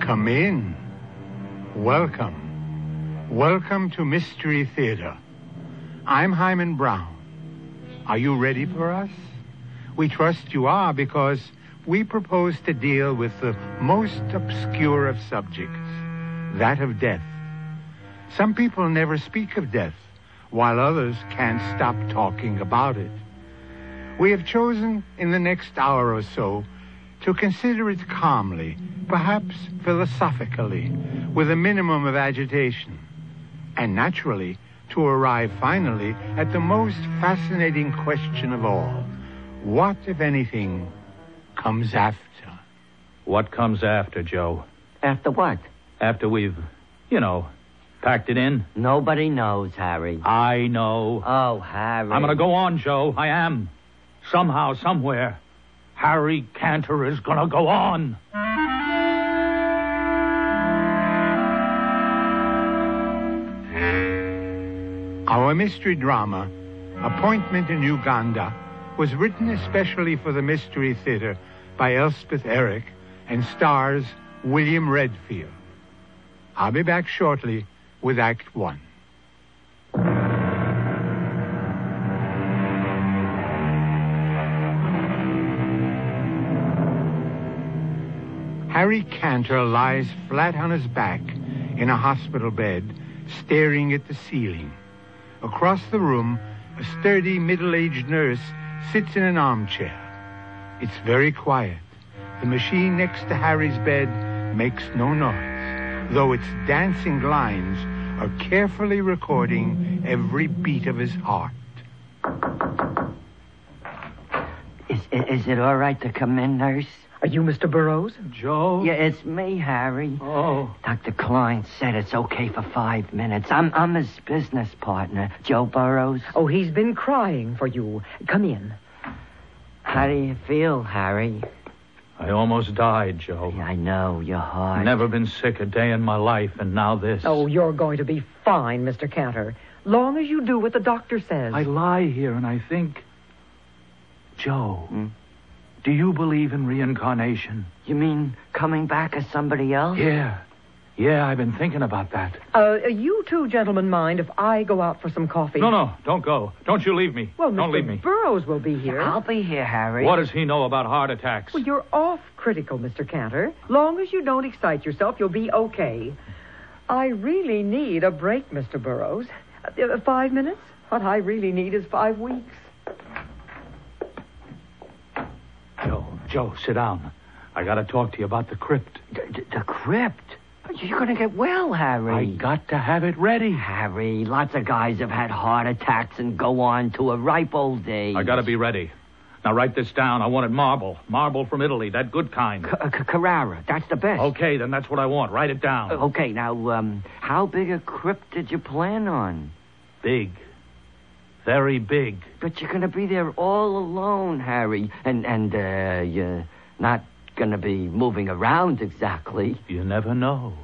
Come in. Welcome. Welcome to Mystery Theater. I'm Hyman Brown. Are you ready for us? We trust you are because we propose to deal with the most obscure of subjects that of death. Some people never speak of death, while others can't stop talking about it. We have chosen in the next hour or so to consider it calmly, perhaps philosophically, with a minimum of agitation, and naturally to arrive finally at the most fascinating question of all what, if anything, comes after? What comes after, Joe? After what? After we've, you know, packed it in? Nobody knows, Harry. I know. Oh, Harry. I'm going to go on, Joe. I am. Somehow, somewhere, Harry Cantor is going to go on. Our mystery drama, Appointment in Uganda, was written especially for the Mystery Theater by Elspeth Eric and stars William Redfield. I'll be back shortly with Act One. Harry Cantor lies flat on his back in a hospital bed, staring at the ceiling. Across the room, a sturdy middle aged nurse sits in an armchair. It's very quiet. The machine next to Harry's bed makes no noise, though its dancing lines are carefully recording every beat of his heart. Is, is, is it all right to come in, nurse? Are you Mr. Burroughs? Joe? Yeah, it's me, Harry. Oh, Dr. Klein said it's okay for five minutes. I'm, I'm his business partner, Joe Burrows. Oh, he's been crying for you. Come in. How do you feel, Harry? I almost died, Joe. I know, your heart. Never been sick a day in my life, and now this. Oh, you're going to be fine, Mr. Cantor. Long as you do what the doctor says. I lie here and I think. Joe, Hmm? do you believe in reincarnation? You mean coming back as somebody else? Yeah. Yeah, I've been thinking about that. Uh, you two gentlemen mind if I go out for some coffee? No, no, don't go. Don't you leave me. Well, don't Mr. leave me. Burroughs will be here. I'll be here, Harry. What does he know about heart attacks? Well, you're off critical, Mr. Cantor. Long as you don't excite yourself, you'll be okay. I really need a break, Mr. Burroughs. Uh, five minutes? What I really need is five weeks. Joe, Joe, sit down. I got to talk to you about the crypt. D- d- the crypt? You're going to get well, I Harry. got to have it ready. Harry, lots of guys have had heart attacks and go on to a ripe old age. I got to be ready. Now write this down. I wanted marble, marble from Italy, that good kind. C- C- Carrara, that's the best. Okay, then that's what I want. Write it down. Okay, now, um, how big a crypt did you plan on? Big, very big. But you're going to be there all alone, Harry. And, and uh, you're not going to be moving around exactly. You never know.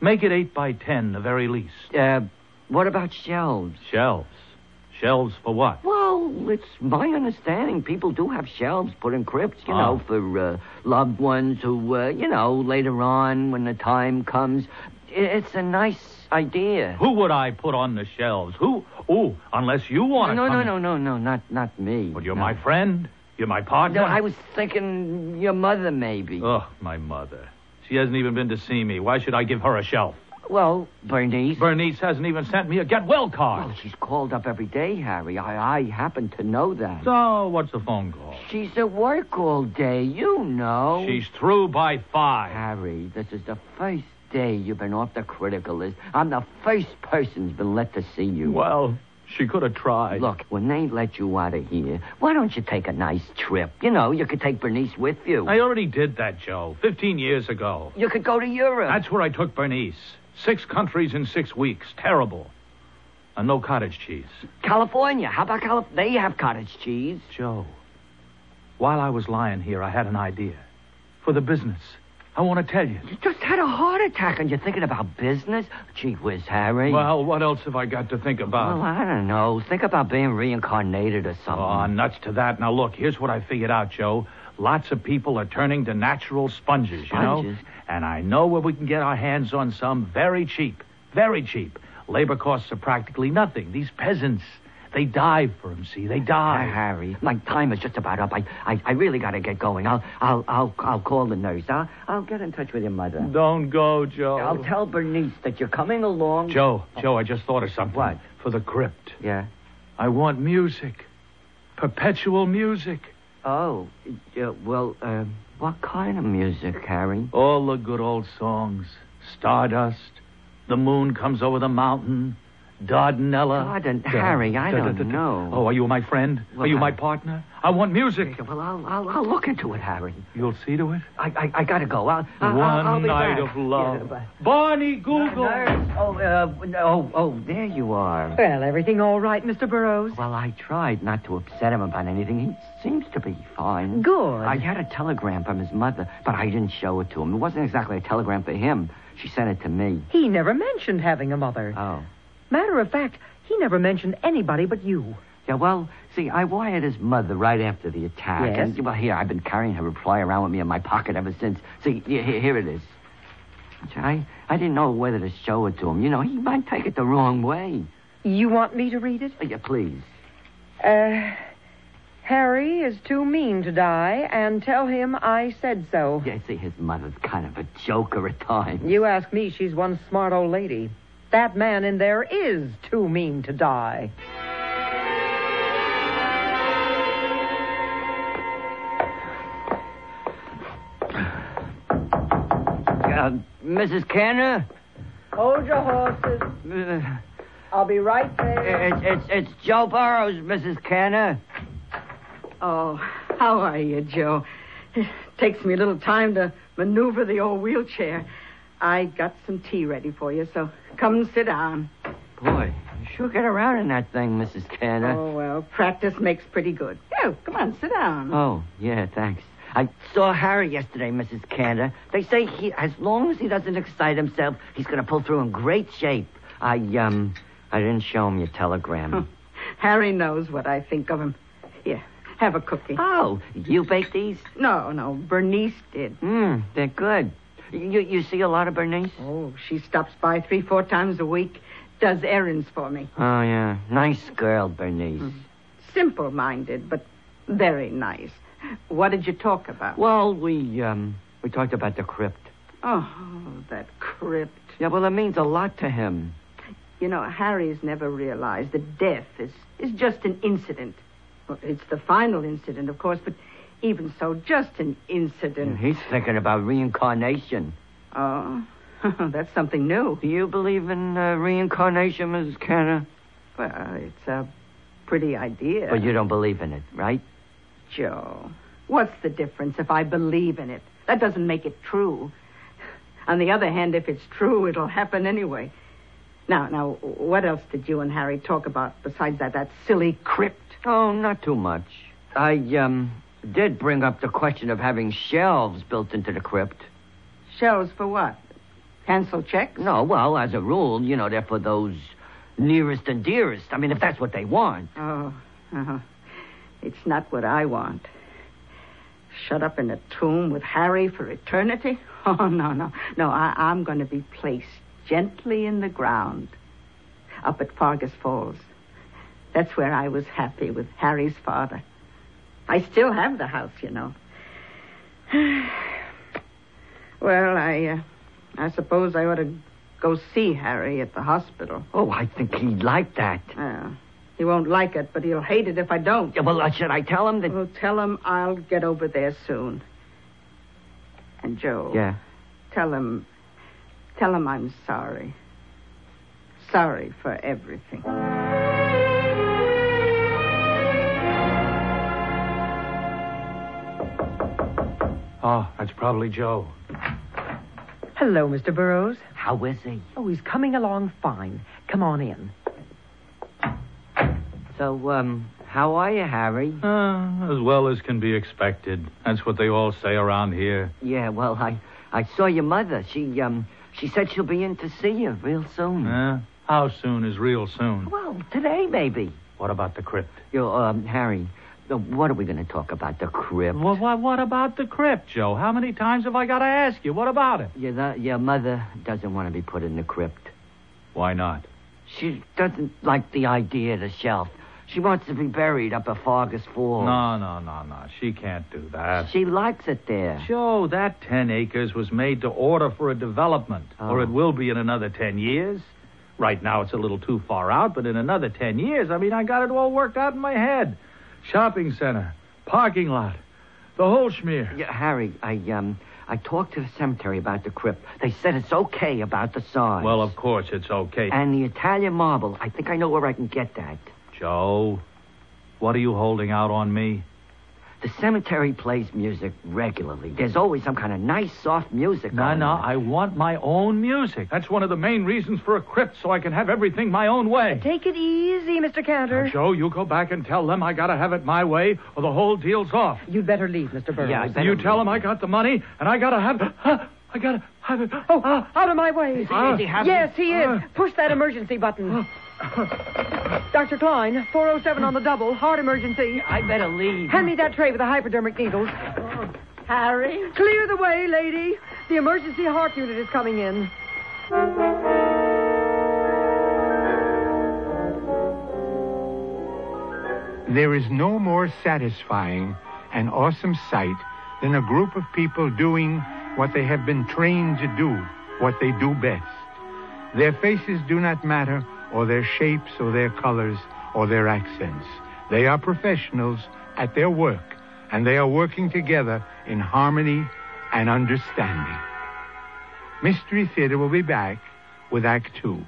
Make it eight by ten, the very least. Uh, what about shelves? Shelves, shelves for what? Well, it's my understanding people do have shelves put in crypts, you Ah. know, for uh, loved ones who, uh, you know, later on when the time comes. I- It's a nice idea. Who would I put on the shelves? Who? Ooh, unless you want to. no, come no, in. no, no, no, not not me. But you're no. my friend. You're my partner. No, I was thinking your mother, maybe. Ugh, my mother. She hasn't even been to see me. Why should I give her a shelf? well, Bernice. Bernice hasn't even sent me a get well well, card. she's called up every day, Harry. I, I happen to know that. So what's the phone call? She's at work all day, you know. She's through by five. Harry, this is the first day you've been off the critical list. I'm the first person who's been let to see you. Well, She could have tried. Look, when they let you out of here, why don't you take a nice trip? You know, you could take Bernice with you. I already did that, Joe, 15 years ago. You could go to Europe. That's where I took Bernice. Six countries in six weeks. Terrible. And no cottage cheese. California. How about California? They have cottage cheese. Joe, while I was lying here, I had an idea. For the business. I want to tell you. You just had a heart attack and you're thinking about business? Gee whiz, Harry. Well, what else have I got to think about? Well, I don't know. Think about being reincarnated or something. Oh, I'm nuts to that. Now, look, here's what I figured out, Joe. Lots of people are turning to natural sponges, you know? Sponges? And I know where we can get our hands on some very cheap. Very cheap. Labor costs are practically nothing. These peasants, they dive for 'em, see? They Ah, dive. Harry, my time is just about up. I, I, I really got to get going. I'll, I'll, I'll, I'll call the nurse. I'll, I'll get in touch with your mother. Don't go, Joe. I'll tell Bernice that you're coming along. Joe, Joe, I just thought of something. What? For the crypt. Yeah. I want music. Perpetual music. Oh, yeah, well, uh, what kind of music, Harry? All the good old songs. Stardust. The moon comes over the mountain. Dardanella. God, and Harry, I don't know. Oh, are you my friend? Well, are you I- my partner? I want music. Well, I'll, I'll, I'll look into it, Harry. You'll see to it. I, I, I gotta go. I'll, I'll, One I'll, I'll be night back. of love. Yeah, but- Barney Google. Nurse. Oh, uh, oh, oh, there you are. Well, everything all right, Mr. Burroughs? Well, I tried not to upset him about anything. He seems to be fine. Good. I had a telegram from his mother, but I didn't show it to him. It wasn't exactly a telegram for him. She sent it to me. He never mentioned having a mother. Oh. Matter of fact, he never mentioned anybody but you. Yeah, well, see, I wired his mother right after the attack. Yes? And, well, here, I've been carrying her reply around with me in my pocket ever since. See, here, here here it is. Which I, I didn't know whether to show it to him. You know, he might take it the wrong way. You want me to read it? Uh, Yeah, please. Uh, Harry is too mean to die, and tell him I said so. Yeah, see, his mother's kind of a joker at times. You ask me, she's one smart old lady. That man in there is too mean to die. Uh, Mrs. Canner? Hold your horses. Uh, I'll be right there. It's, it's, it's Joe Burrows, Mrs. Canner. Oh, how are you, Joe? It takes me a little time to maneuver the old wheelchair. I got some tea ready for you, so come and sit down. Boy, you sure get around in that thing, Mrs. Canner. Oh, well, practice makes pretty good. Oh, come on, sit down. Oh, yeah, thanks. I saw Harry yesterday, Mrs. Canner. They say he, as long as he doesn't excite himself, he's going to pull through in great shape. I, um, I didn't show him your telegram. Harry knows what I think of him. Here, have a cookie. Oh, you baked these? No, no, Bernice did. Mmm, they're good. You, you see a lot of Bernice? Oh, she stops by three, four times a week, does errands for me. Oh, yeah. Hmm. Nice girl, Bernice. Simple minded, but very nice. What did you talk about? Well, we, um, we talked about the crypt. Oh, that crypt. Yeah, well, it means a lot to him. You know, Harry's never realized that death is, is just an incident. Well, it's the final incident, of course, but even so, just an incident. He's thinking about reincarnation. Oh, that's something new. Do you believe in uh, reincarnation, Mrs. Kenner? Well, it's a pretty idea. But you don't believe in it, right? Joe, what's the difference if I believe in it? That doesn't make it true. On the other hand, if it's true, it'll happen anyway. Now, now, what else did you and Harry talk about besides that, that silly crypt? Oh, not too much. I, um, did bring up the question of having shelves built into the crypt. Shelves for what? Cancel checks? No, well, as a rule, you know, they're for those nearest and dearest. I mean, if that's what they want. Oh, uh-huh. it's not what I want. Shut up in a tomb with Harry for eternity? Oh, no, no. No, I, I'm going to be placed gently in the ground up at Fargus Falls. That's where I was happy with Harry's father. I still have the house, you know. well, I, uh, I suppose I ought to go see Harry at the hospital. Oh, I think he'd like that. Uh, he won't like it, but he'll hate it if I don't. Yeah, well, uh, should I tell him that? Well, tell him I'll get over there soon. And Joe, Yeah. tell him, tell him I'm sorry. Sorry for everything. Oh, that's probably Joe. Hello, Mr. Burroughs. How is he? Oh, he's coming along fine. Come on in. So, um, how are you, Harry? Uh, as well as can be expected. That's what they all say around here. Yeah, well, I, I saw your mother. She, um, she said she'll be in to see you real soon. Eh? How soon is real soon? Well, today maybe. What about the crypt? You, um, Harry, uh, what are we going to talk about? The crib. What, what, what about the crypt, Joe? How many times have I got to ask you? What about it? Your, lo- your mother doesn't want to be put in the crypt. Why not? She doesn't like the idea of the shelf. She wants to be buried up at Fargus Falls. No, no, no, no. She can't do that. She likes it there. Joe, that 10 acres was made to order for a development, or Oh. it will be in another 10 years. Right now it's a little too far out, but in another 10 years, I mean, I got it all worked out in my head. Shopping center, parking lot, the whole schmear. Yeah, Harry, I um, I talked to the cemetery about the crypt. They said it's okay about the size. Well, of course, it's okay. And the Italian marble. I think I know where I can get that. Joe, what are you holding out on me? The cemetery plays music regularly. There's always some kind of nice, soft music. No, on no, there. I want my own music. That's one of the main reasons for a crypt, so I can have everything my own way. Take it easy, Mr. Now, Cantor. Joe, you go back and tell them I gotta have it my way, or the whole deal's off. You'd better leave, Mr. Burroughs. Yeah, I bet You it- tell him I got the money, and I gotta have. I gotta have it. Oh, ah, Out of my way. he- is he Ah. happy? Yes, he is. Push that emergency button. Ah. Dr. Klein, 407 on the double, heart emergency. I better leave. Hand me that tray with the hypodermic needles. Harry? Clear the way, lady. The emergency heart unit is coming in. There is no more satisfying and awesome sight than a group of people doing what they have been trained to do, what they do best. Their faces do not matter, or their shapes, or their colors, or their accents. They are professionals at their work, and they are working together in harmony and understanding. Mystery Theater will be back with Act Two.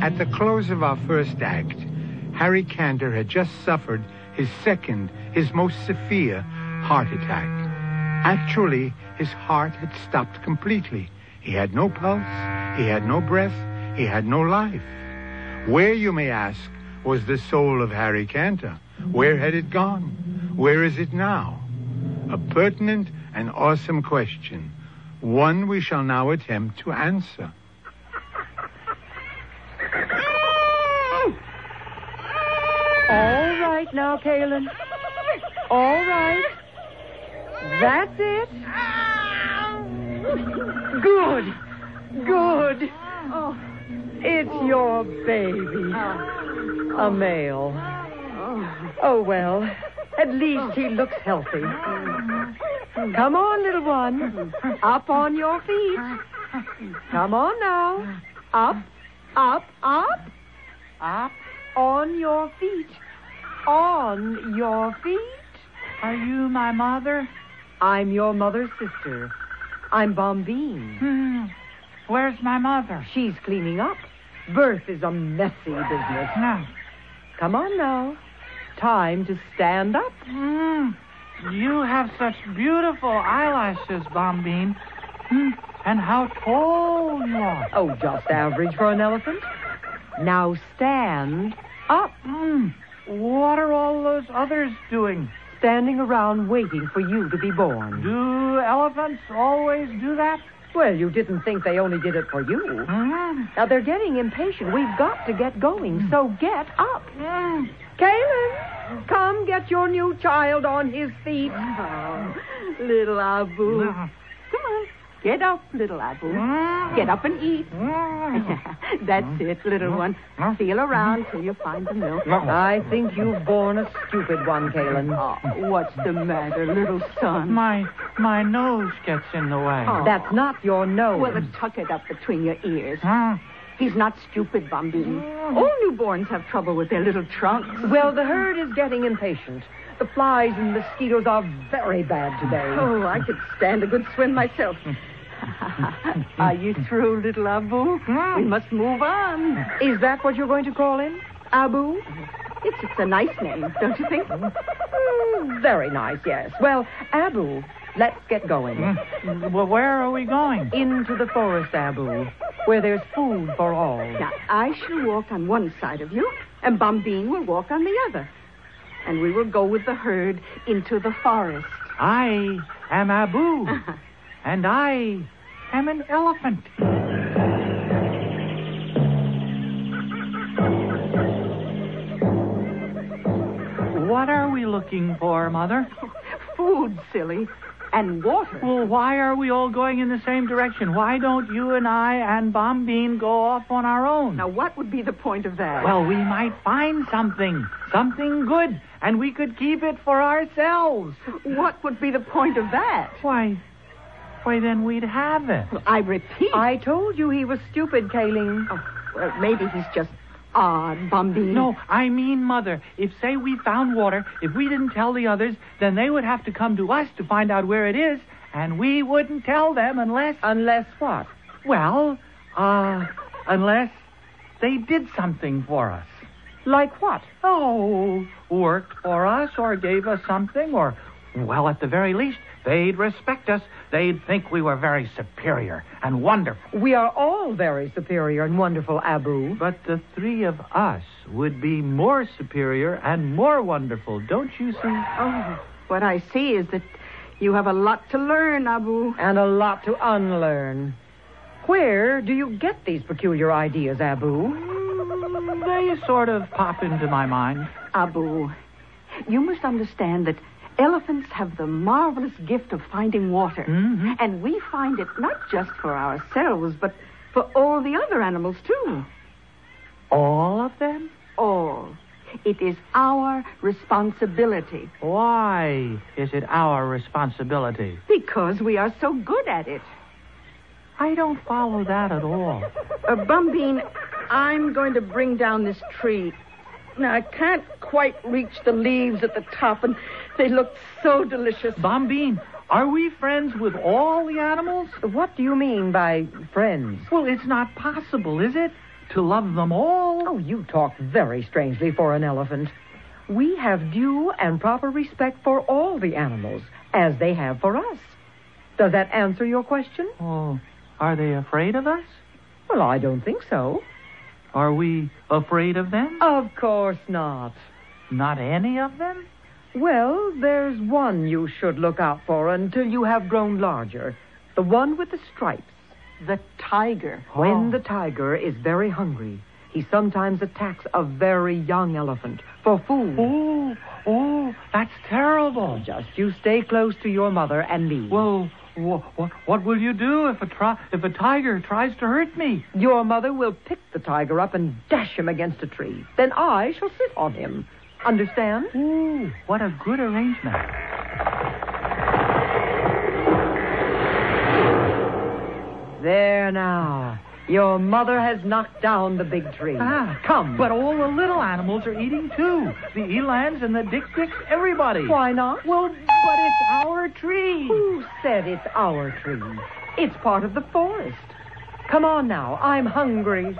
At the close of our first act, Harry Cantor had just suffered his second, his most severe heart attack. Actually, his heart had stopped completely. He had no pulse, he had no breath, he had no life. Where, you may ask, was the soul of Harry Cantor? Where had it gone? Where is it now? A pertinent and awesome question, one we shall now attempt to answer. All right now, Kaylin. All right. That's it. Good. Good. Oh, It's your baby. A male. Oh, well. At least he looks healthy. Come on, little one. Up on your feet. Come on now. Up, up, up. Up on your feet. On your feet. Are you my mother? I'm your mother's sister. I'm Bombine. Hmm. Where's my mother? She's cleaning up. Birth is a messy business. No. Come on now. Time to stand up. Hmm. You have such beautiful eyelashes, Bombine. Hmm. And how tall you are. Oh, just average for an elephant. Now stand up. Hmm. What are all those others doing? Standing around waiting for you to be born. Do elephants always do that? Well, you didn't think they only did it for you. Hmm. Now they're getting impatient. We've got to get going, so get up. Hmm. Kaylin, come get your new child on his feet. Oh, little Abu. No. Come on. Get up, little Abu. Hmm. Get up and eat. Hmm. That's it, little one. Feel around till you find the milk. I think you've born a stupid one, Kaylin. Oh, what's the matter, little son? My my nose gets in the way. Oh. That's not your nose. Well, then tuck it up between your ears. Hmm. He's not stupid, Bombini. All newborns have trouble with their little trunks. Well, the herd is getting impatient. The flies and mosquitoes are very bad today. Oh, I could stand a good swim myself. Are you through, little Abu? Hmm? We must move on. Is that what you're going to call him? Abu? It's, it's a nice name, don't you think? Mm, very nice, yes. Well, Abu, let's get Mm. going. Well, where are we going? Into the forest, Abu, where there's food for all. Now, I shall walk on one side of you, and Bombine will walk on the other. And we will go with the herd into the forest. I am Abu, and I am an elephant. What are we looking for, Mother? Food, silly, and water. Well, why are we all going in the same direction? Why don't you and I and Bombine go off on our own? Now, what would be the point of that? Well, we might find something, something good, and we could keep it for ourselves. what would be the point of that? Why, why then we'd have it. I repeat. I told you he was stupid, Kaling. Oh, well, maybe he's just odd, Mm. Bombine. No, I mean, Mother, if, say, we found water, if we didn't tell the others, then they would have to come to us to find out where it is, and we wouldn't tell them unless, Unless what? well, uh, unless they did something for us. Like what? Oh, worked for us or gave us something, or, well, at the very least, they'd respect us. They'd think we were very superior and wonderful. We are all very superior and wonderful, Abu. But the three of us would be more superior and more wonderful, don't you see? Oh, what I see is that you have a lot to learn, Abu. And a lot to unlearn. Where do you get these peculiar ideas, Abu? They sort of pop into my mind. Abu, you must understand that elephants have the marvelous gift of finding water. And we find it not just for ourselves, but for all the other animals, too. All of them? All. It is our responsibility Why is it our responsibility? because we are so good at it. I don't follow that at all. Uh, Bumbine, I'm going to bring down this tree. Now, I can't quite reach the leaves at the top, and they look so delicious. Bombine, are we friends with all the animals? What do you mean by friends? Well, it's not possible, is it? To love them all? Oh, you talk very strangely for an elephant. We have due and proper respect for all the animals, as they have for us. Does that answer your question? Oh, are they afraid of us? Well, I don't think so. Are we afraid of them? Of course not. Not any of them? Well, there's one you should look out for until you have grown larger. The one with the stripes. The tiger. Oh. When the tiger is very hungry, he sometimes attacks a very young elephant for food. Oh, oh, that's terrible. Just you stay close to your mother and me. Well, wh- wh- Oh, what will you do if a tri- if a tiger tries to hurt me? Your mother will pick the tiger up and dash him against a tree. Then I shall sit on him. Understand? Ooh, what a good arrangement. There now. Your mother has knocked down the big tree. Ah, Come. But all the little animals are eating too. The elans and the dick dicks, everybody. why not? Well, but it's Our tree. Who said it's our tree? It's part of the forest. Come on now. I'm hungry.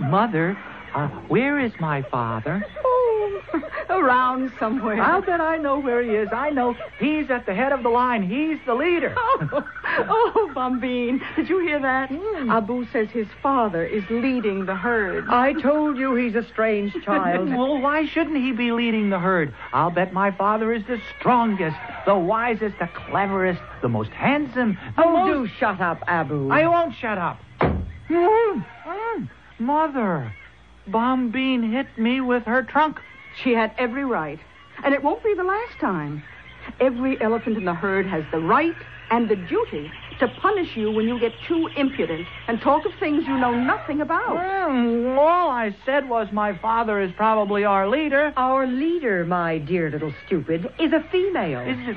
Mother, uh, where is my father? Oh, around somewhere. I'll bet I know where he is. I know he's at the head of the line. He's the leader. Oh, oh, Bombine, did you hear that? Hmm. Abu says his father is leading the herd. I told you he's a strange child. Well, oh, why shouldn't he be leading the herd? I'll bet my father is the strongest, the wisest, the cleverest, the most handsome. The oh, most... do shut up, Abu. I won't shut up. Mm, mm. Mother, Bombine hit me with her trunk. She had every right, and it won't be the last time. Every elephant in the herd has the right and the duty to punish you when you get too impudent and talk of things you know nothing about. Mm, all I said was my father is probably our leader. Our leader, my dear little stupid, is a female. Is it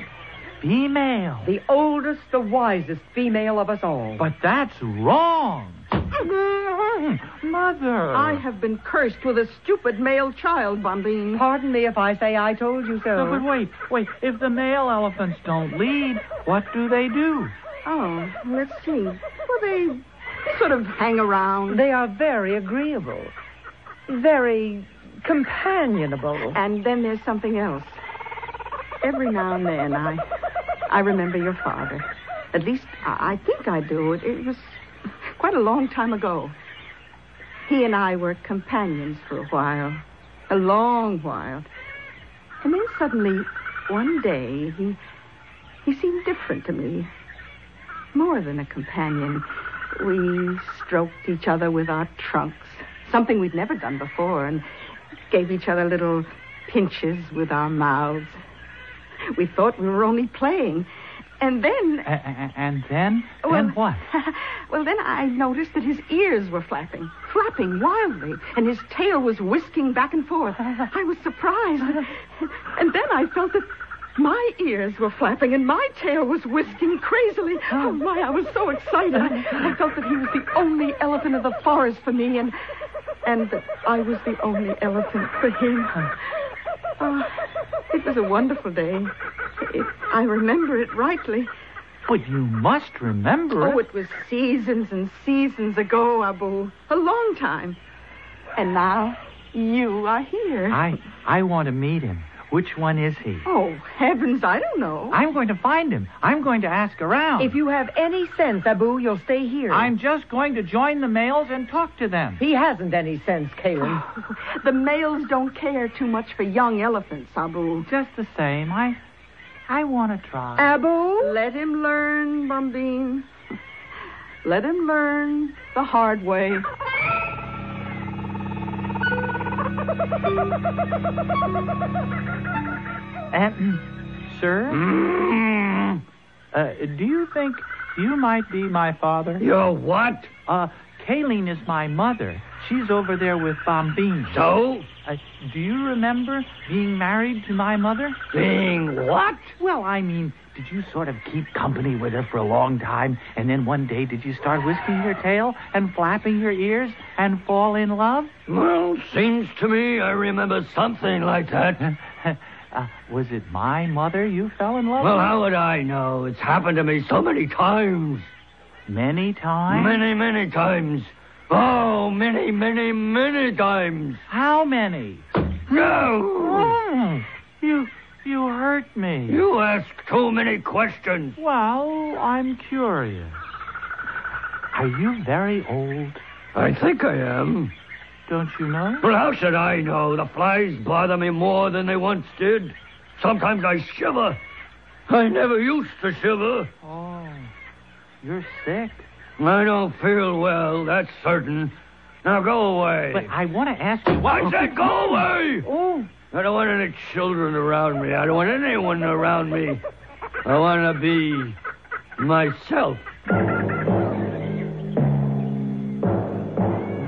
female? the oldest, the wisest female of us all. But that's wrong. Mm-hmm. Mother. I have been cursed with a stupid male child, Bombine. Pardon me if I say I told you so. No, but wait, wait. If the male elephants don't lead, what do they do? Oh, let's see. Well, they sort of hang around. They are very agreeable, very companionable. And then there's something else. Every now and then, I, I remember your father. At least I, I think I do. It, it was quite a long time ago. He and I were companions for a while, a long while. And then suddenly, one day, he, he seemed different to me. More than a companion. We stroked each other with our trunks, something we'd never done before, and gave each other little pinches with our mouths. We thought we were only playing. And then, A- a- and then? Well- then what? well, then I noticed that his ears were flapping, flapping wildly, and his tail was whisking back and forth. I was surprised. And then I felt that my ears were flapping and my tail was whisking crazily. Oh, my, I was so excited. I felt that he was the only elephant of the forest for me, and, and that I was the only elephant for him. Oh, it was a wonderful day. If I remember it rightly. But you must remember. Oh, it. it was seasons and seasons ago, Abu. A long time. And now you are here. I, I want to meet him. Which one is he? Oh, heavens, I don't know. I'm going to find him. I'm going to ask around. If you have any sense, Abu, you'll stay here. I'm just going to join the males and talk to them. He hasn't any sense, Caleb. The males don't care too much for young elephants, Abu. Just the same, I, I want to try. Abu? Let him learn, Bombine. Let him learn the hard way. Uh- And, mm, sir? Mm. Uh, do you think you might be my father? You're what? Uh, Kayleen is my mother. She's over there with Bombine. So? Uh, do you remember being married to my mother? Being what? Well, I mean, did you sort of keep company with her for a long time, and then one day did you start whisking your tail and flapping your ears and fall in love? Well, seems to me I remember something like that. uh, was it my mother you fell in love Well, how would I know? It's happened to me so many times. with? Many times? Many, many times. Oh, many, many, many times. How many? No! Oh, you, you hurt me. Hmm. You ask too many questions. Well, I'm curious. Are you very old? I think I am. Don't you know? Well, how should I know? The flies bother me more than they once did. Sometimes I shiver. I never used to shiver. Oh, you're sick. I don't feel well, that's certain. Now go away. But I want to ask you. I said go away! Oh, I don't want any children around me. I don't want anyone around me. I want to be myself.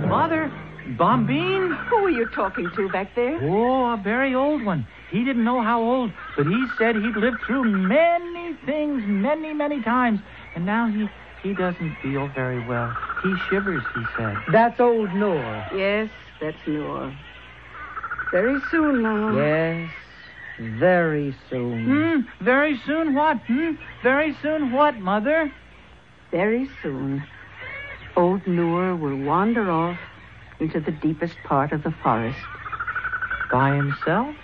mother, Bombine. Who are you talking to back there? Oh, a very old one. He didn't know how old, but he said he'd lived through many things, many, many times. And now he, he doesn't feel very well. He shivers, he said. That's old Noor. Yes, that's Noor. Very soon now. Yes, very soon. Hmm, very soon what? Hmm, very soon what, Mother? Very soon, old Noor will wander off into the deepest part of the forest By himself?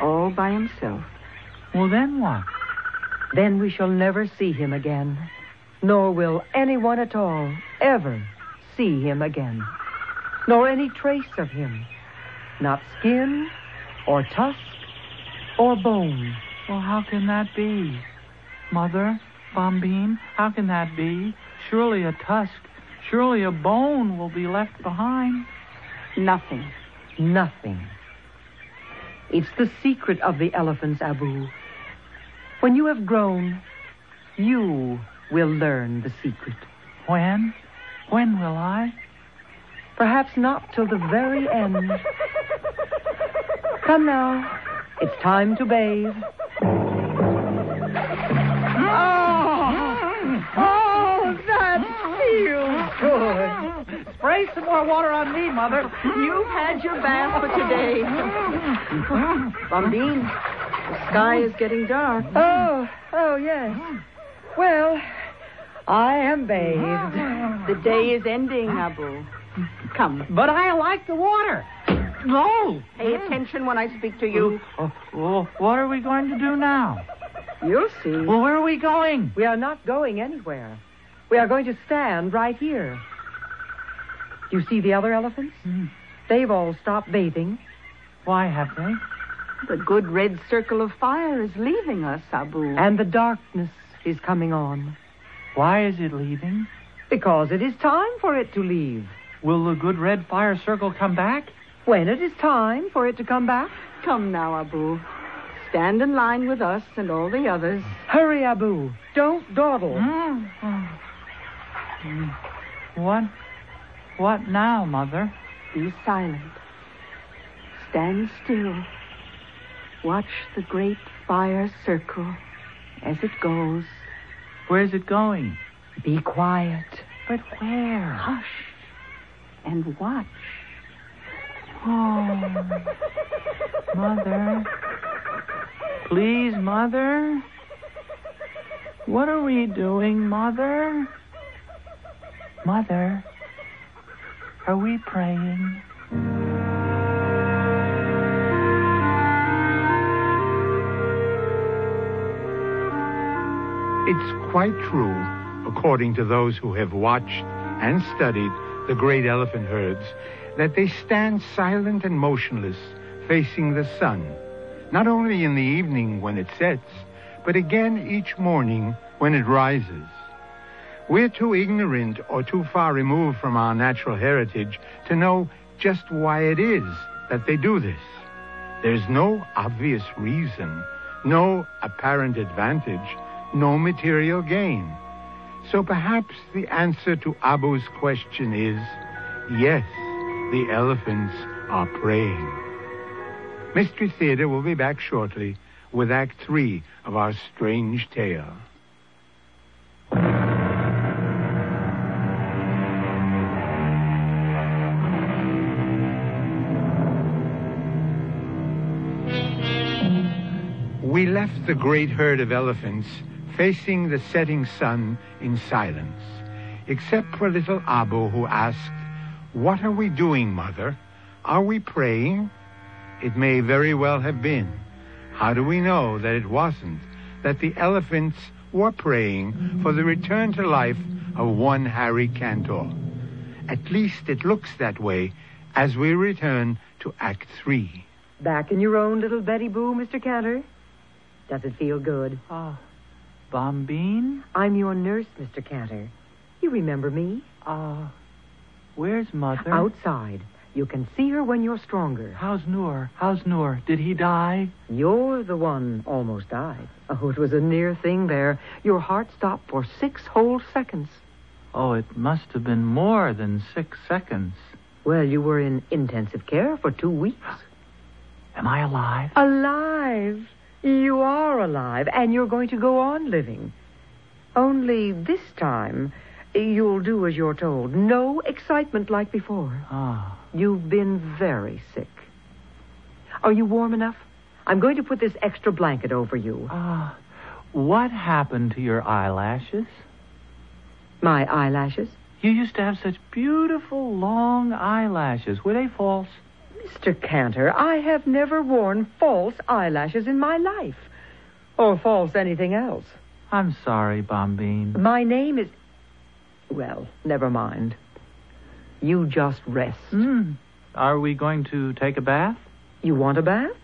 all by himself. Well, then what? Then we shall never see him again. Nor will anyone at all ever see him again. Nor any trace of him. Not skin, or tusk, or bone. Well, how can that be? Mother, Bombine, how can that be? Surely a tusk, surely a bone will be left behind. Nothing. Nothing. It's the secret of the elephants, Abu. When you have grown, you will learn the secret. When? When will I? Perhaps not till the very end. Come now. It's time to bathe. Oh, oh that feels good. some more water on me, Mother. You've had your bath for today. Bombine, the sky is getting dark. Oh, oh, yes. Well, I am bathed. The day is ending, Abu. Come, But I like the water. No. pay attention when I speak to you. Oh, well, what are we going to do now? You'll see. Well, where are we going? We are not going anywhere. We are going to stand right here. You see the other elephants? Mm. They've all stopped bathing. Why have they? The good red circle of fire is leaving us, Abu. And the darkness is coming on Why is it leaving? because it is time for it to leave. Will the good red fire circle come back? When it is time for it to come back, Come now, Abu. Stand in line with us and all the others. hurry, Abu. Don't dawdle. Hmm? What? What now, Mother? Be silent. Stand still. Watch the great fire circle as it goes. Where's it going? Be quiet. But where? Hush and watch. Mother. Please, Mother. What are we doing, Mother? Mother. Are we praying? It's quite true, according to those who have watched and studied the great elephant herds, that they stand silent and motionless, facing the sun, not only in the evening when it sets, but again each morning when it rises. We're too ignorant or too far removed from our natural heritage to know just why it is that they do this. There's no obvious reason, no apparent advantage, no material gain. So perhaps the answer to Abu's question is yes, the elephants are praying. Mystery Theater will be back shortly with Act Three of our strange tale. We left the great herd of elephants facing the setting sun in silence, except for little Abu, who asked, What are we doing, Mother? Are we praying? It may very well have been. How do we know that it wasn't? That the elephants were praying for the return to life of one Harry Cantor. At least it looks that way as we return to Act Three. Back in your own little Betty Boo, Mr. Cantor. Does it feel good? Ah, Bombine? I'm your nurse, Mr. Cantor. You remember me? Ah, where's Mother? Outside. You can see her when you're stronger. How's Noor? How's Noor? Did he die? You're the one almost died. Oh, it was a near thing there. Your heart stopped for six whole seconds. Oh, it must have been more than six seconds. Well, you were in intensive care for two weeks. Am I alive? Alive! You are alive, and you're going to go on living. Only this time, you'll do as you're told. No excitement like before. Ah, You've been very sick. Are you warm enough? I'm going to put this extra blanket over you. ah. What happened to your eyelashes? My eyelashes? You used to have such beautiful long eyelashes. Were they false? Mr. Cantor, I have never worn false eyelashes in my life. Or false anything else. I'm sorry, Bombine. My name is. Well, never mind. You just rest. Hmm. Are we going to take a bath? You want a bath?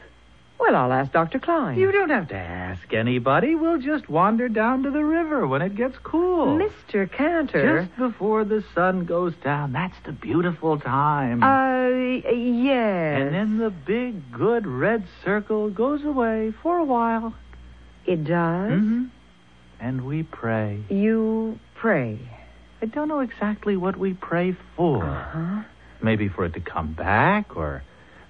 Well, I'll ask Dr. Klein. don't have to ask anybody. We'll just wander down to the river when it gets cool. Mr. Cantor. Just before the sun goes down. That's the beautiful time. Uh, yes. and then the big, good red circle goes away for a while. It does? Mhm. And we pray. You pray. I don't know exactly what we pray for. Maybe for it to come back, or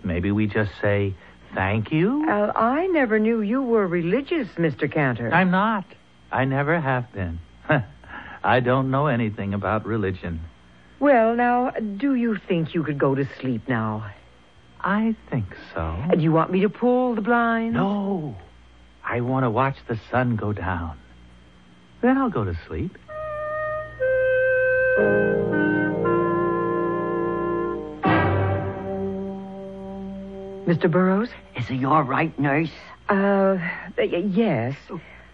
maybe we just say thank you. Uh, I never knew you were religious, Mr. Cantor. I'm not. I never have been. I don't know anything about religion. Well, now, do you think you could go to sleep now? I think so. Do you want me to pull the blinds? No. I want to watch the sun go down. Then I'll go to sleep. Mr. Burroughs? Is he all right, nurse? Uh, y- yes.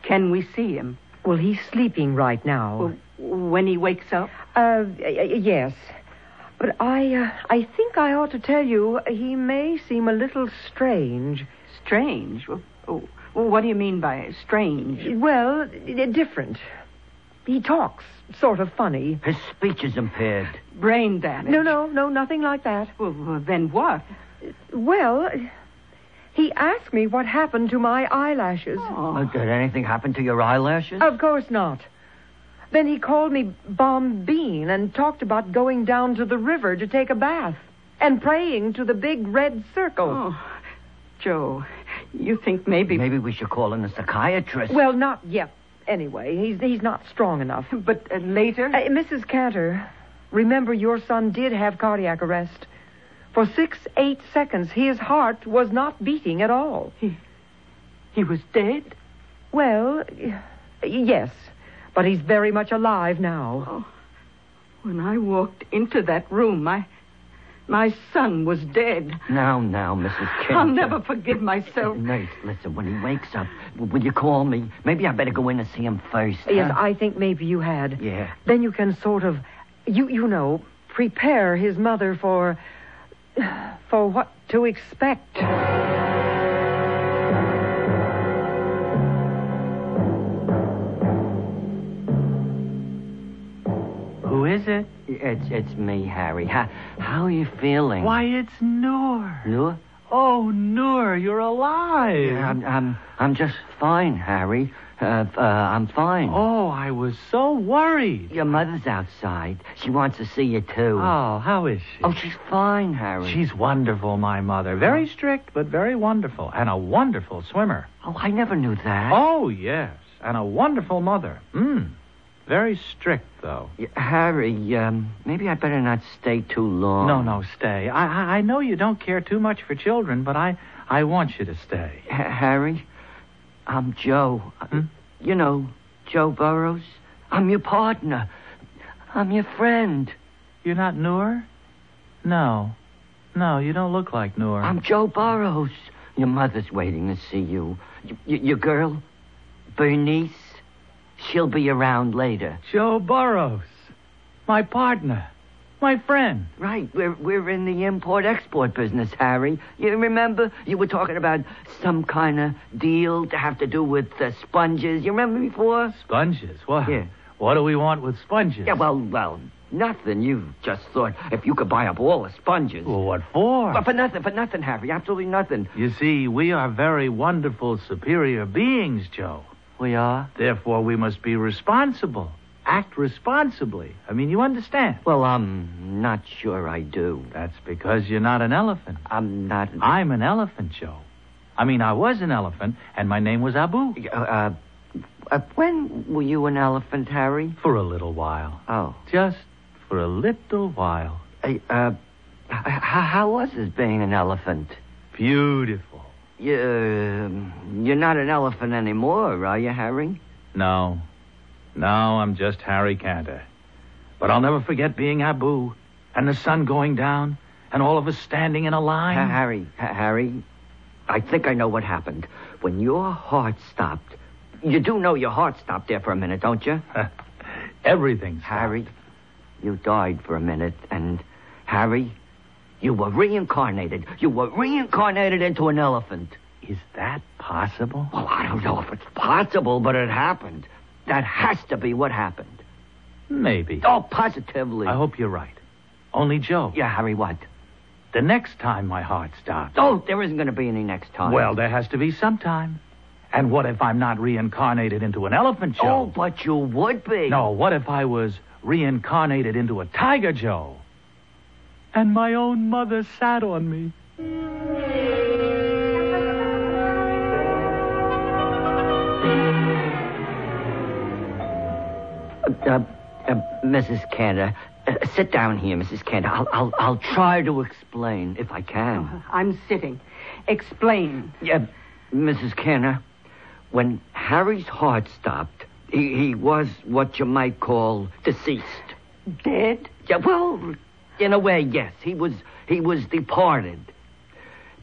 Can we see him? Well, he's sleeping right now. W- When he wakes up? Uh, y- y- yes. But I, uh, I think I ought to tell you he may seem a little strange. Strange. W- w- What do you mean by strange? Well, i- different. He talks sort of funny. His speech is impaired. Brain damage. No, no, no, nothing like that. Well, well, then what? Well, he asked me what happened to my eyelashes. Oh, did anything happen to your eyelashes? Of course not. Then he called me Bombine and talked about going down to the river to take a bath and praying to the big red circle. Oh, Joe, you think maybe. Maybe we should call in a psychiatrist. Well, not yet, anyway. He's, he's not strong enough. But uh, later? Uh, Mrs. Cantor, remember your son did have cardiac arrest. For six, eight seconds, his heart was not beating at all. he was dead? Well, y- yes, but he's very much alive now. When I walked into that room, my. My son was dead. now, now, Mrs. Kent. I'll never forgive myself. Nurse, listen, when he wakes up, w- will you call me? Maybe I better go in and see him first. Yes, huh? I think maybe you had. Yeah. Then you can sort of, you you know, prepare his mother for, for what to expect. Who is it? It's, it's me, Harry. How, how are you feeling? Why, it's Noor. Noor? Oh, Noor, you're alive. I'm, I'm, I'm just fine, Harry. Uh, uh, I'm fine. Oh, I was so worried. Your mother's outside. She wants to see you, too. Oh, how is she? Oh, she's fine, Harry. She's wonderful, my mother. Very strict, but very wonderful. And a wonderful swimmer. Oh, I never knew that. Oh, yes. And a wonderful mother. Hmm. Very strict, though. Y- Harry, um, maybe I better not stay too long. No, no, stay. I, I, I know you don't care too much for children, but I, I want you to stay. H- Harry, I'm Joe. Hmm? You know, Joe Burrows. I'm your partner. I'm your friend. You're not Noor? No. No, you don't look like Noor. I'm Joe Burrows. Your mother's waiting to see you. Y- y- your girl, Bernice, she'll be around later. Joe Burrows. My partner. My friend. Right, we're, we're in the import export business, Harry. You remember you were talking about some kind of deal to have to do with uh, sponges. You remember before? Sponges. What? Yeah. What do we want with sponges? Yeah, well, well, nothing. You just thought if you could buy up all the sponges. Well, what for? But for nothing, for nothing, Harry. Absolutely nothing. You see, we are very wonderful, superior beings, Joe. We are? Therefore, we must be responsible. Act responsibly. I mean, you understand. Well, I'm not sure I do. Uh, That's because you're not an elephant. I'm not. I'm an elephant, Joe. I mean, I was an elephant, and my name was Abu Uh, uh, uh, when were you an elephant, Harry? for a little while. Oh. Just for a little while. Uh, uh, h- h- how was it being an elephant? Beautiful. You, um, you're not an elephant anymore, are you, Harry? No. No, I'm just Harry Cantor. But I'll never forget being Abu, and the sun going down, and all of us standing in a line. Ha- Harry, ha- Harry, I think I know what happened. When your heart stopped, you do know your heart stopped there for a minute, don't you? Everything's Harry, you died for a minute, and Harry, you were reincarnated. You were reincarnated into an elephant. Is that possible? Well, I don't know if it's possible, but it happened. That has to be what happened. Maybe. Oh, positively. I hope you're right. Only Joe. Yeah, Harry, what? The next time my heart stops. Oh, there isn't going to be any next time. Well, there has to be some time. And what if I'm not reincarnated into an elephant, Oh, Joe? but you would be. No, what if I was reincarnated into a tiger, Joe? And my own mother sat on me. Uh, uh, Mrs. Cantor, Uh, sit down here, Mrs. Cantor. I'll, I'll, I'll try to explain if I can. I'm sitting. Explain. Yeah, Mrs. Cantor, when Harry's heart stopped, he, he was what you might call deceased. Dead? Yeah, well, in a way, yes. He was he was departed.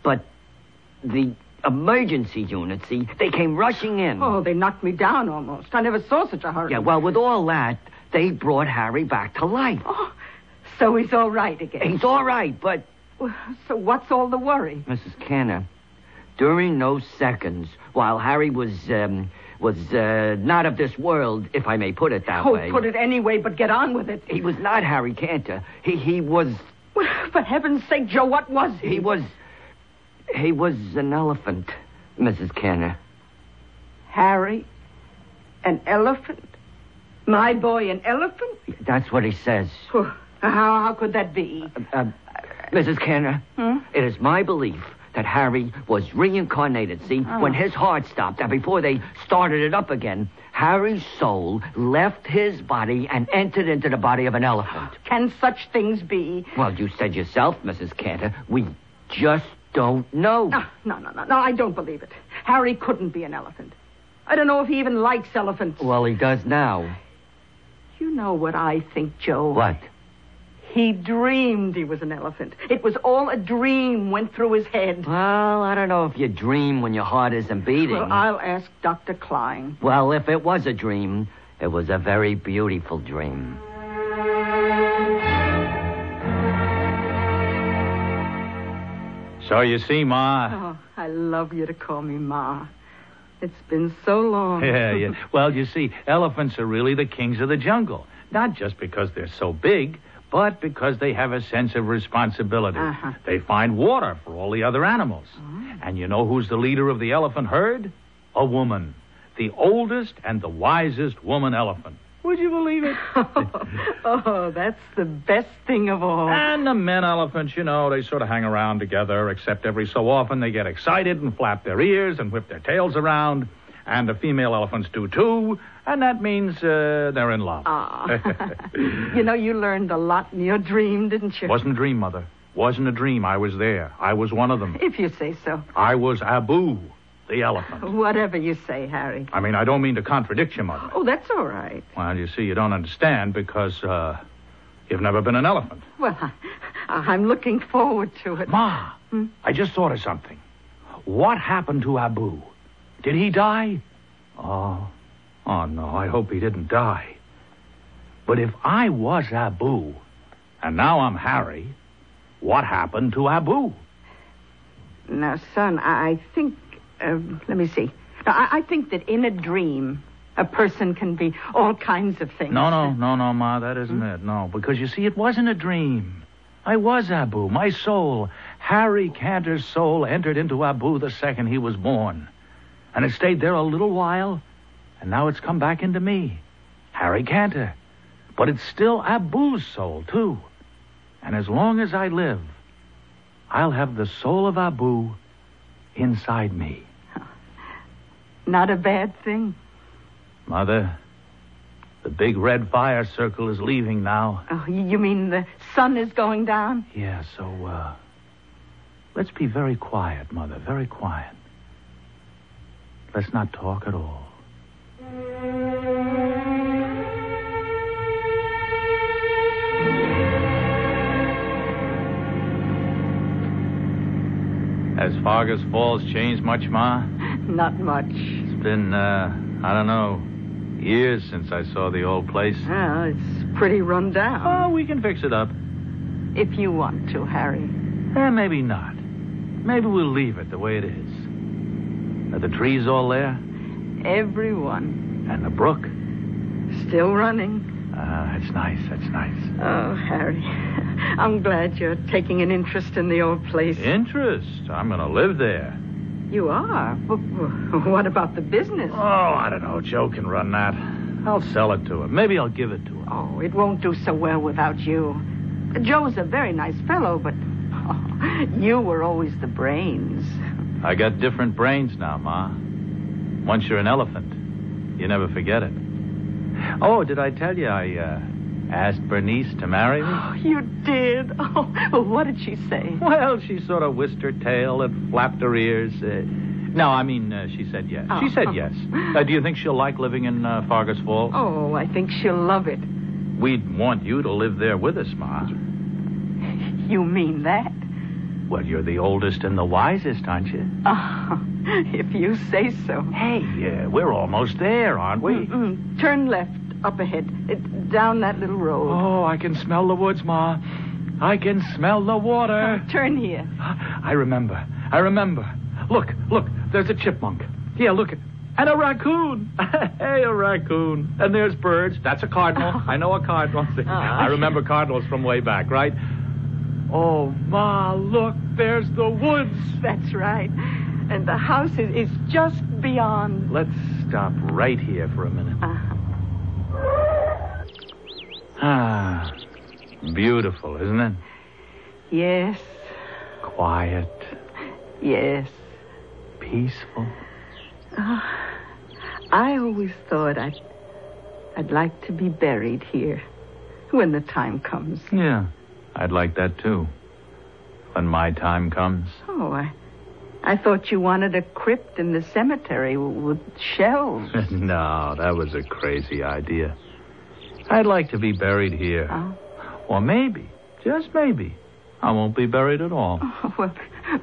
But the emergency unit, see, they came rushing in. Oh, they knocked me down almost. I never saw such a hurry. Yeah, well, with all that, they brought Harry back to life. Oh, so he's all right again. He's all right, but Well, So what's all the worry? Mrs. Canner, during those seconds, while Harry was um, was uh, not of this world, if I may put it that Oh, way, put it any way, but get on with it. he was not Harry Cantor. He he was Well, For heaven's sake, Joe, what was he? he was he was an elephant, Mrs. Canner. Harry, an elephant. My boy, an elephant? That's what he says. Phew, How, how could that be? Uh, Mrs. Canner, Hmm? it is my belief that Harry was reincarnated. See, Oh. when his heart stopped, and before they started it up again, Harry's soul left his body and entered into the body of an elephant. Can such things be? Well, you said yourself, Mrs. Cantor, we just don't know. No, Ah, no, no, no, no, I don't believe it. Harry couldn't be an elephant. I don't know if he even likes elephants. Well, he does now. You know what I think, Joe. What? He dreamed he was an elephant. It was all a dream went through his head. Well, I don't know if you dream when your heart isn't beating. Well, I'll ask Dr. Klein. Well, if it was a dream, it was a very beautiful dream. So you see, Ma. Oh, I love you to call me Ma. It's been so long. Yeah, yeah. Well, you see, elephants are really the kings of the jungle. Not just because they're so big, but because they have a sense of responsibility. Uh-huh. They find water for all the other animals. And you know who's the leader of the elephant herd? A woman. The oldest and the wisest woman elephant. Would you believe it? oh, that's the best thing of all. And the men elephants, you know, they sort of hang around together, except every so often they get excited and flap their ears and whip their tails around. And the female elephants do too, and that means uh, they're in love. you know, you learned a lot in your dream, didn't you? Wasn't a dream, Mother. Wasn't a dream. I was there. I was one of them. If you say so. I was Abu, the elephant. Whatever you say, Harry. I mean, I don't mean to contradict you, Mother. Oh, that's all right. Well, you see, you don't understand because uh, you've never been an elephant. Well, I, I'm looking forward to it. Ma, I just thought of something. What happened to Abu? Did he die? Oh, oh no, I hope he didn't die. But if I was Abu, and now I'm Harry, what happened to Abu? Now, son, I I think. Um, let me see. Now, I, I think that in a dream, a person can be all kinds of things. No, no, no, no, Ma, that isn't it. No, because you see, it wasn't a dream. I was Abu, my soul. Harry Cantor's soul entered into Abu the second he was born. And it stayed there a little while, and now it's come back into me, Harry Cantor. But it's still Abu's soul, too. And as long as I live, I'll have the soul of Abu inside me. Not a bad thing. Mother, the big red fire circle is leaving now. Oh, you you mean the sun is going down? Yeah, so, uh, let's be very quiet, Mother, very quiet. Let's not talk at all. Has Fargus Falls changed much, Ma? Not much. It's been, uh, I don't know, years since I saw the old place. Well, it's pretty run down. Oh, we can fix it up. If you want to, Harry. Eh, maybe not. Maybe we'll leave it the way it is. Are the trees all there? Everyone And the brook? still running. Ah, that's nice, that's nice. Oh, Harry, I'm glad you're taking an interest in the old place. Interest. I'm going to live there. You are. But but what about the business? Oh, I don't know. Joe can run that. I'll sell it to him. Maybe I'll give it to him. Oh, it won't do so well without you. Joe's a very nice fellow, but oh, you were always the brains. I got different brains now, Ma. Once you're an elephant, you never forget it. Oh, did I tell you I, uh, Asked Bernice to marry me. You did? Oh, well, what did she say? Well, she sort of whisked her tail and flapped her ears. Uh, no, I mean, uh, she said yes. She said yes. Uh, do you think she'll like living in uh, Fargus Falls? Oh, I think she'll love it. We'd want you to live there with us, Ma. You mean that? Well, you're the oldest and the wisest, aren't you? Oh, if you say so. Hey, uh, we're almost there, aren't we? Mm, turn left, up ahead, it, down that little road. Oh, I can smell the woods, Ma. I can smell the water. Turn here. I remember. I remember. Look, look, there's a chipmunk. Here, look. And a raccoon. hey, a raccoon. And there's birds. That's a cardinal. I know a cardinal. I remember cardinals from way back, right? Oh, Ma, look, there's the woods. That's right. And the house is, is just beyond. Let's stop right here for a minute. Ah, beautiful, isn't it? Yes, Quiet, yes. peaceful. I always thought I'd, I'd like to be buried here when the time comes. Yeah, I'd like that too. When my time comes. Oh, I, I thought you wanted a crypt in the cemetery w- with shelves. no, that was a crazy idea. I'd like to be buried here. Or maybe, just maybe, I won't be buried at all. well,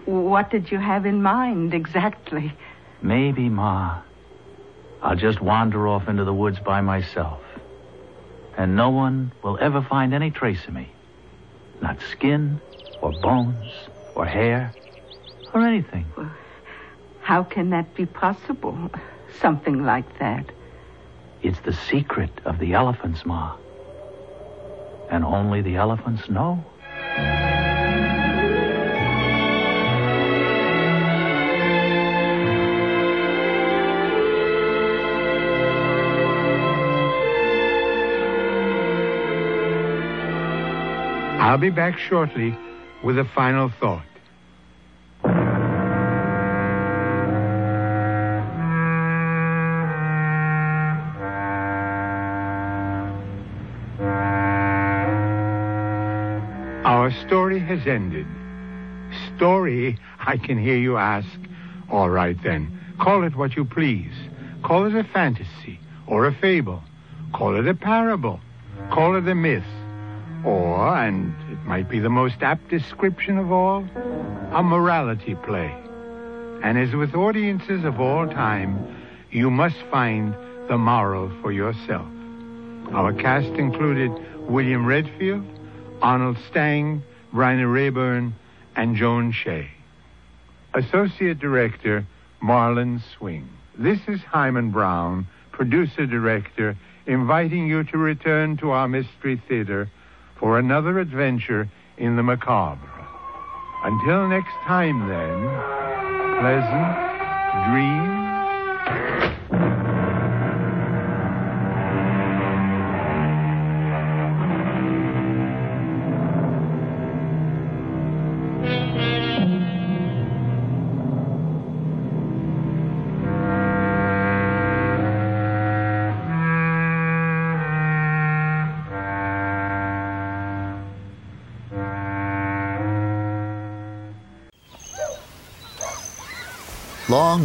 what did you have in mind exactly? Maybe, Ma. I'll just wander off into the woods by myself. And no one will ever find any trace of me. Not skin, or bones, or hair, or anything. How can that be possible? Something like that. It's the secret of the elephants, Ma. And only the elephants know. I'll be back shortly with a final thought. Our story has ended. Story, I can hear you ask. All right then, call it what you please. Call it a fantasy or a fable. Call it a parable. Call it a myth. Or, and it might be the most apt description of all, a morality play. And as with audiences of all time, you must find the moral for yourself. Our cast included William Redfield, Arnold Stang, Bryna Rayburn, and Joan Shea. Associate Director, Marlon Swing. This is Hyman Brown, Producer Director, inviting you to return to our Mystery Theater for another adventure in the macabre. Until next time, then, pleasant dreams. Long